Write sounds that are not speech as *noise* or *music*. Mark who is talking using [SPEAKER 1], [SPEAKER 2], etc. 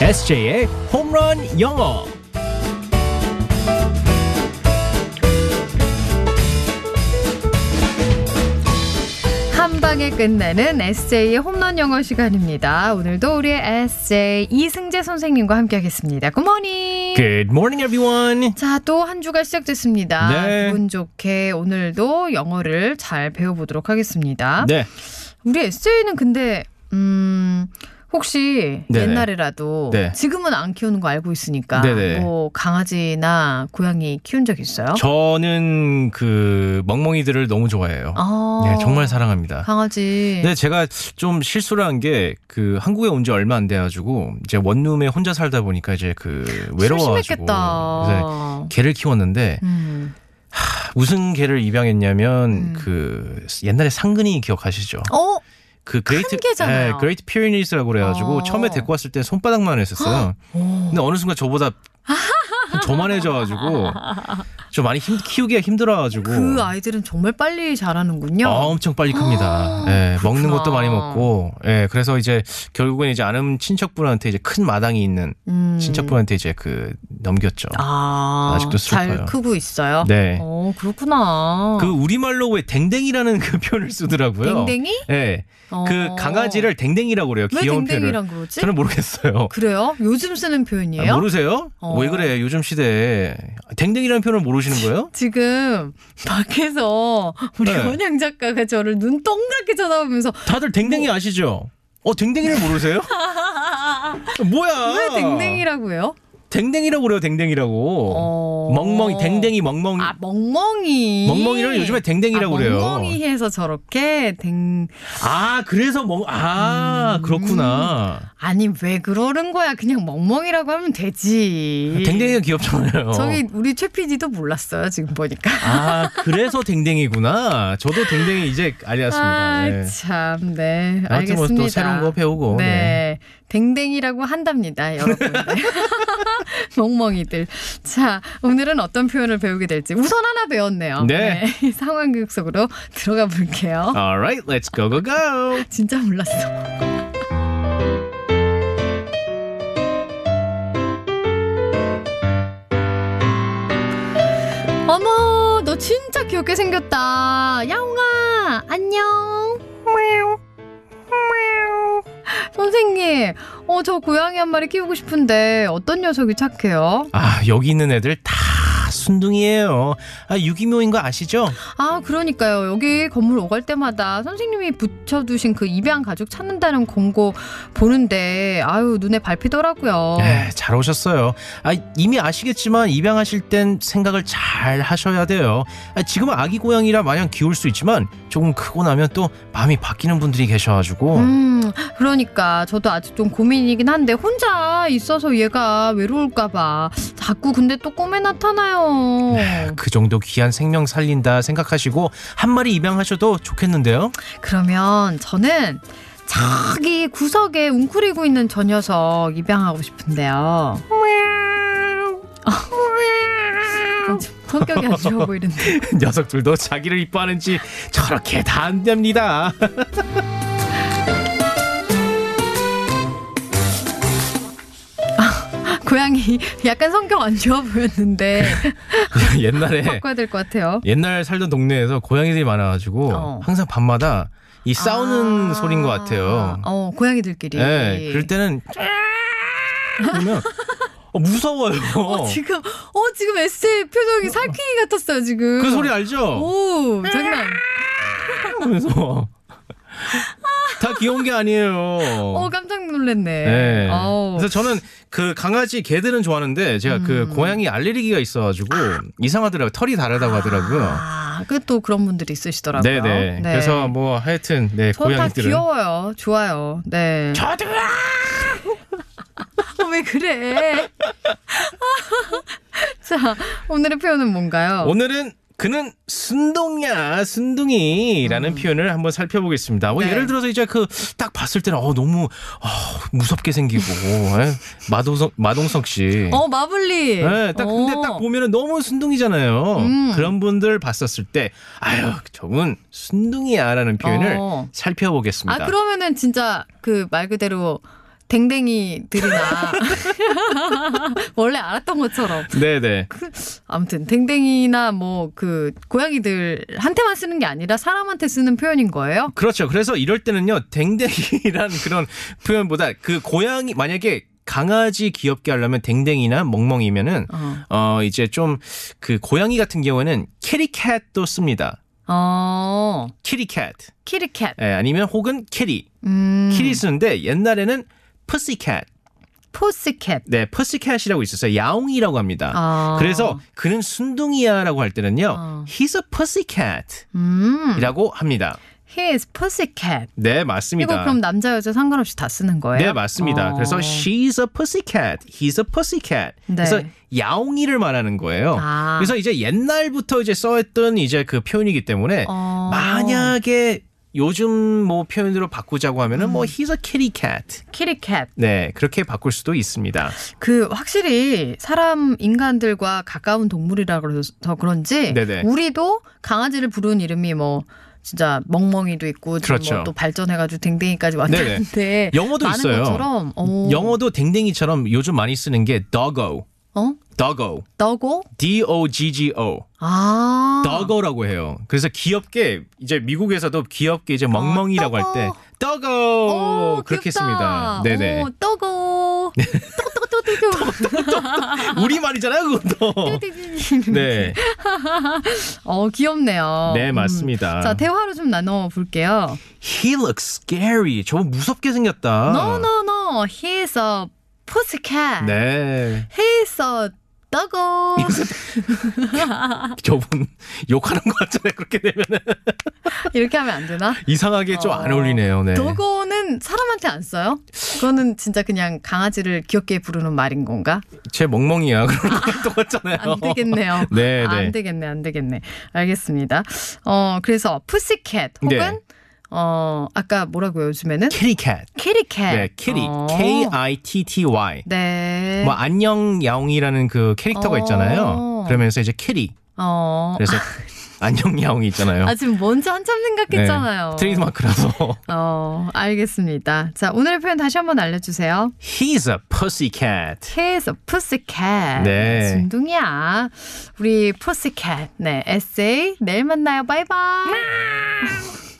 [SPEAKER 1] SJ의 홈런 영어.
[SPEAKER 2] 한 방에 끝내는 SJ의 홈런 영어 시간입니다. 오늘도 우리의 SJ 이승재 선생님과 함께하겠습니다.
[SPEAKER 3] 네.
[SPEAKER 2] 굿모닝.
[SPEAKER 1] Good morning, everyone.
[SPEAKER 2] 자, 또 한 주가 시작됐습니다.
[SPEAKER 1] 네.
[SPEAKER 2] 기분 좋게 오늘도 영어를 잘 배워보도록 하겠습니다.
[SPEAKER 1] 네,
[SPEAKER 2] 우리 SJ는 근데 음 혹시
[SPEAKER 1] 네네.
[SPEAKER 2] 옛날에라도
[SPEAKER 1] 네.
[SPEAKER 2] 지금은 안 키우는 거 알고 있으니까
[SPEAKER 1] 네네.
[SPEAKER 2] 뭐 강아지나 고양이 키운 적 있어요?
[SPEAKER 3] 저는 그 멍멍이들을 너무 좋아해요.
[SPEAKER 2] 아,
[SPEAKER 3] 네, 정말 사랑합니다. 네,
[SPEAKER 2] 강아지. 네.
[SPEAKER 3] 근데 제가 좀 실수를 한 게 그 한국에 온 지 얼마 안 돼가지고 이제 원룸에 혼자 살다 보니까 이제 그 외로워가지고 네.
[SPEAKER 2] 심심했겠다.
[SPEAKER 3] 그래서 개를 키웠는데
[SPEAKER 2] 음.
[SPEAKER 3] 무슨 개를 입양했냐면
[SPEAKER 2] 음.
[SPEAKER 3] 그 옛날에 상근이 기억하시죠?
[SPEAKER 2] 어?
[SPEAKER 3] 그 그레이트
[SPEAKER 2] 개잖아요.
[SPEAKER 3] 그레이트 피어니스라고 그래가지고
[SPEAKER 2] 어.
[SPEAKER 3] 처음에 데리고 왔을 때 손바닥만 했었어요. 근데 어느 순간 저보다 저만해져가지고 좀 많이 힘- 키우기가 힘들어가지고
[SPEAKER 2] 그 아이들은 정말 빨리 자라는군요.
[SPEAKER 3] 아, 엄청 빨리 큽니다.
[SPEAKER 2] 아,
[SPEAKER 3] 예, 먹는
[SPEAKER 2] 그렇구나.
[SPEAKER 3] 것도 많이 먹고, 예, 그래서 이제 결국엔 이제 아는 친척분한테 이제 큰 마당이 있는
[SPEAKER 2] 음.
[SPEAKER 3] 친척분한테 이제 그 넘겼죠.
[SPEAKER 2] 아,
[SPEAKER 3] 아직도 슬퍼요.
[SPEAKER 2] 잘 크고 있어요.
[SPEAKER 3] 네.
[SPEAKER 2] 어, 그렇구나.
[SPEAKER 3] 그 우리말로 왜 댕댕이라는 그 표현을 쓰더라고요.
[SPEAKER 2] 댕댕이?
[SPEAKER 3] 예.
[SPEAKER 2] 어.
[SPEAKER 3] 그 강아지를 댕댕이라고 그래요.
[SPEAKER 2] 왜
[SPEAKER 3] 귀여운 표현을.
[SPEAKER 2] 댕댕이란 그러지?
[SPEAKER 3] 저는 모르겠어요.
[SPEAKER 2] 그래요? 요즘 쓰는
[SPEAKER 3] 아,
[SPEAKER 2] 표현이에요?
[SPEAKER 3] 모르세요?
[SPEAKER 2] 어.
[SPEAKER 3] 왜 그래? 요즘 시대에 댕댕이라는 표현을 모르시는 거예요?
[SPEAKER 2] 지금 밖에서 우리
[SPEAKER 3] 네. 아.
[SPEAKER 2] 원양 작가가 저를 눈 동그랗게 쳐다보면서
[SPEAKER 3] 다들 댕댕이
[SPEAKER 2] 뭐?
[SPEAKER 3] 아시죠? 어, 댕댕이를
[SPEAKER 2] *laughs*
[SPEAKER 3] 모르세요? 뭐야?
[SPEAKER 2] 왜 댕댕이라고 해요?
[SPEAKER 3] 댕댕이라고 그래요, 댕댕이라고.
[SPEAKER 2] 어.
[SPEAKER 3] 멍멍이 댕댕이 멍멍이
[SPEAKER 2] 아 멍멍이
[SPEAKER 3] 멍멍이를 요즘에 댕댕이라고
[SPEAKER 2] 아,
[SPEAKER 3] 그래요.
[SPEAKER 2] 멍멍이 해서 저렇게 댕
[SPEAKER 3] 아 그래서 멍아
[SPEAKER 2] 음.
[SPEAKER 3] 그렇구나
[SPEAKER 2] 아니 왜 그러는 거야 그냥 멍멍이라고 하면 되지
[SPEAKER 3] 댕댕이가 어. 귀엽잖아요.
[SPEAKER 2] 저기 우리 최 PD도 몰랐어요 지금 보니까
[SPEAKER 3] 아 그래서 댕댕이구나. 저도 댕댕이 이제 알았습니다. 네.
[SPEAKER 2] 아, 아참네
[SPEAKER 3] 아무튼
[SPEAKER 2] 알겠습니다
[SPEAKER 3] 뭐또 새로운 거 배우고.
[SPEAKER 2] 네.
[SPEAKER 3] 네.
[SPEAKER 2] 댕댕이라고 한답니다, 여러분. 네. *laughs* 멍멍이들. 자, 오늘은 어떤 표현을 배우게 될지 우선 하나 배웠네요. *laughs*
[SPEAKER 3] 네. 아,
[SPEAKER 2] 이 상황 교육 속으로 들어가 볼게요.
[SPEAKER 3] Alright, let's go go go.
[SPEAKER 2] *laughs* 진짜 몰랐어. 어머, 너 진짜 귀엽게 생겼다. 야옹아, 안녕. 선생님, 어, 저 고양이 한 마리 키우고 싶은데 어떤 녀석이 착해요?
[SPEAKER 3] 아 여기 있는 애들 다 순둥이에요. 아 유기묘인 거 아시죠?
[SPEAKER 2] 아, 그러니까요. 여기 건물 오갈 때마다 선생님이 붙여두신 그 입양 가족 찾는다는 공고 보는데, 아유, 눈에 밟히더라고요.
[SPEAKER 3] 네, 잘 오셨어요. 아, 이미 아시겠지만 입양하실 땐 생각을 잘 하셔야 돼요. 아, 지금은 아기 고양이라 마냥 귀여울 수 있지만 조금 크고 나면 또 마음이 바뀌는 분들이 계셔가지고
[SPEAKER 2] 음, 그러니까 저도 아직 좀 고민이긴 한데 혼자 있어서 얘가 외로울까봐 자꾸 근데 또 꿈에 나타나요.
[SPEAKER 3] 그 정도 귀한 생명 살린다 생각하시고 한 마리 입양하셔도 좋겠는데요.
[SPEAKER 2] 그러면 저는 저기 구석에 웅크리고 있는 저 녀석 입양하고 싶은데요.
[SPEAKER 3] 음.
[SPEAKER 2] 어, 좀 성격이 안 좋아 보이는데. *laughs*
[SPEAKER 3] *laughs* 녀석들도 자기를 이뻐하는지 저렇게 다 안 됩니다. *laughs*
[SPEAKER 2] 고양이 약간 성격 안 좋아 보였는데
[SPEAKER 3] 옛날에
[SPEAKER 2] 바꿔야 될 것 같아요.
[SPEAKER 3] 옛날 살던 동네에서 고양이들이 많아가지고
[SPEAKER 2] 어.
[SPEAKER 3] 항상 밤마다 이 싸우는
[SPEAKER 2] 아.
[SPEAKER 3] 소리인 것 같아요.
[SPEAKER 2] 어, 고양이들끼리.
[SPEAKER 3] 예, 그럴 때는 그러면 어, 무서워요.
[SPEAKER 2] 어, 지금 어 지금 에세 표정이 살쾡이 같았어요 지금.
[SPEAKER 3] 그 소리
[SPEAKER 2] 어.
[SPEAKER 3] 알죠?
[SPEAKER 2] 오 장난.
[SPEAKER 3] 그러면서 다 귀여운 게 아니에요.
[SPEAKER 2] 어 깜짝 놀랐네.
[SPEAKER 3] 예.
[SPEAKER 2] 어우. 음.
[SPEAKER 3] 그래서 저는 그 강아지 개들은 좋아하는데 제가 그 고양이 알레르기가 있어가지고 이상하더라고요. 털이 다르다고 하더라고요.
[SPEAKER 2] 아, 그또 그런 분들이 있으시더라고요.
[SPEAKER 3] 네네. 그래서 뭐 하여튼 네
[SPEAKER 2] 저다
[SPEAKER 3] 고양이들은
[SPEAKER 2] 귀여워요. 좋아요. 네.
[SPEAKER 3] 저도
[SPEAKER 2] 아, 왜 그래? *laughs* 자, 오늘의 표현은 뭔가요?
[SPEAKER 3] 오늘은 그는 순둥이야, 순둥이라는 표현을 한번 살펴보겠습니다. 뭐
[SPEAKER 2] 음. 네.
[SPEAKER 3] 예를 들어서 이제 그 딱 봤을 때는 어 너무 어, 무섭게 생기고 예? 마동성 마동석 씨.
[SPEAKER 2] 어, 마블리.
[SPEAKER 3] 예, 딱 근데
[SPEAKER 2] 어.
[SPEAKER 3] 딱 보면은 너무 순둥이잖아요.
[SPEAKER 2] 음.
[SPEAKER 3] 그런 분들 봤었을 때 아유 저분 순둥이야라는 표현을
[SPEAKER 2] 어.
[SPEAKER 3] 살펴보겠습니다.
[SPEAKER 2] 아, 그러면은 진짜 그 말 그대로 댕댕이들이나 *laughs* 원래 알았던 것처럼
[SPEAKER 3] 네네.
[SPEAKER 2] 아무튼 댕댕이나 뭐 그 고양이들한테만 쓰는 게 아니라 사람한테 쓰는 표현인 거예요.
[SPEAKER 3] 그렇죠. 그래서 이럴 때는요, 댕댕이란 *laughs* 그런 표현보다 그 고양이, 만약에 강아지 귀엽게 하려면 댕댕이나 멍멍이면은,
[SPEAKER 2] 어.
[SPEAKER 3] 어, 이제 좀 그 고양이 같은 경우에는 캐리캣도 씁니다.
[SPEAKER 2] 어.
[SPEAKER 3] 키리캣.
[SPEAKER 2] 키리캣.
[SPEAKER 3] 예, 아니면 혹은 캐리.
[SPEAKER 2] 음.
[SPEAKER 3] 키리 쓰는데 옛날에는 푸시캣.
[SPEAKER 2] 포스캣.
[SPEAKER 3] 네, 푸시캣이라고 있었어요. 야옹이라고 합니다.
[SPEAKER 2] 아.
[SPEAKER 3] 그래서 그는 순둥이야라고 할 때는요.
[SPEAKER 2] 어.
[SPEAKER 3] He's a pussycat이라고
[SPEAKER 2] 음.
[SPEAKER 3] 합니다.
[SPEAKER 2] He is pussycat.
[SPEAKER 3] 네,
[SPEAKER 2] 이거
[SPEAKER 3] 맞습니다.
[SPEAKER 2] 그럼 남자 여자 상관없이 다 쓰는 거예요?
[SPEAKER 3] 네, 맞습니다.
[SPEAKER 2] 어.
[SPEAKER 3] 그래서 she's a pussycat, he's a pussycat.
[SPEAKER 2] 네.
[SPEAKER 3] 그래서 야옹이를 말하는 거예요.
[SPEAKER 2] 아.
[SPEAKER 3] 그래서 이제 옛날부터 이제 써했던 이제 그 표현이기 때문에
[SPEAKER 2] 어.
[SPEAKER 3] 만약에 요즘 뭐 표현으로 바꾸자고 하면은
[SPEAKER 2] 음.
[SPEAKER 3] 뭐 he's a kitty cat.
[SPEAKER 2] 키리캣.
[SPEAKER 3] 네, 그렇게 바꿀 수도 있습니다.
[SPEAKER 2] 그 확실히 사람 인간들과 가까운 동물이라 그래서 그런지
[SPEAKER 3] 네네.
[SPEAKER 2] 우리도 강아지를 부르는 이름이 뭐 진짜 멍멍이도 있고 지금
[SPEAKER 3] 그렇죠.
[SPEAKER 2] 뭐또 발전해가지고 댕댕이까지 왔는데
[SPEAKER 3] 영어도
[SPEAKER 2] 많은
[SPEAKER 3] 있어요.
[SPEAKER 2] 것처럼 어,
[SPEAKER 3] 영어도 댕댕이처럼 요즘 많이 쓰는 게 doggo,
[SPEAKER 2] 어
[SPEAKER 3] doggo,
[SPEAKER 2] 더고
[SPEAKER 3] D O G G O.
[SPEAKER 2] 아
[SPEAKER 3] 더거라고 해요. 그래서 귀엽게 이제 미국에서도 귀엽게 이제 멍멍이라고 할 때
[SPEAKER 2] 더거.
[SPEAKER 3] 더거
[SPEAKER 2] 아, 오,
[SPEAKER 3] 그렇게
[SPEAKER 2] 어, 귀엽다.
[SPEAKER 3] 씁니다. 네네.
[SPEAKER 2] 오,
[SPEAKER 3] *laughs*
[SPEAKER 2] 더고 또또또또또
[SPEAKER 3] 우리 말이잖아요,
[SPEAKER 2] *laughs*
[SPEAKER 3] 그것도. 네,
[SPEAKER 2] 어 귀엽네요.
[SPEAKER 3] 네 맞습니다.
[SPEAKER 2] 음. 자 대화로 좀 나눠 볼게요.
[SPEAKER 3] He looks scary. 저거 무섭게 생겼다.
[SPEAKER 2] No no no, he's a pussycat.
[SPEAKER 3] 아. 네,
[SPEAKER 2] He's a
[SPEAKER 3] *laughs*
[SPEAKER 2] 더고.
[SPEAKER 3] 저분 *laughs* 욕하는 것 같잖아요. 그렇게 되면은
[SPEAKER 2] 이렇게 하면 안 되나?
[SPEAKER 3] 이상하게 좀 안
[SPEAKER 2] 어.
[SPEAKER 3] 어울리네요. 네.
[SPEAKER 2] 더고는 사람한테 안 써요? 그거는 진짜 그냥 강아지를 귀엽게 부르는 말인 건가?
[SPEAKER 3] 제 멍멍이야. 그런 것도 같잖아요. *laughs*
[SPEAKER 2] 아, 안 되겠네요.
[SPEAKER 3] 네,
[SPEAKER 2] 아,
[SPEAKER 3] 네.
[SPEAKER 2] 안 되겠네, 안 되겠네. 알겠습니다. 어, 그래서 푸시캣 혹은
[SPEAKER 3] 네.
[SPEAKER 2] 어, 아까 뭐라고요? 요즘에는
[SPEAKER 3] 키리캣.
[SPEAKER 2] 키리캣.
[SPEAKER 3] 네, 키리.
[SPEAKER 2] 어.
[SPEAKER 3] K I T T Y.
[SPEAKER 2] 네.
[SPEAKER 3] 뭐 안녕 야옹이라는 그 캐릭터가
[SPEAKER 2] 어.
[SPEAKER 3] 있잖아요. 그러면서 이제 캐리
[SPEAKER 2] 어.
[SPEAKER 3] 그래서 안녕 야옹이 있잖아요.
[SPEAKER 2] 아, 지금 뭔지 한참 생각했잖아요.
[SPEAKER 3] 네,
[SPEAKER 2] *laughs*
[SPEAKER 3] 트레이드마크라서
[SPEAKER 2] 어, 알겠습니다. 자, 오늘의 표현 다시 한번 알려주세요.
[SPEAKER 3] He's a pussycat.
[SPEAKER 2] 해에서 푸시캣.
[SPEAKER 3] 네.
[SPEAKER 2] 진둥이야. 우리 푸시캣. 네. 에세이. 내일 만나요. 바이바이.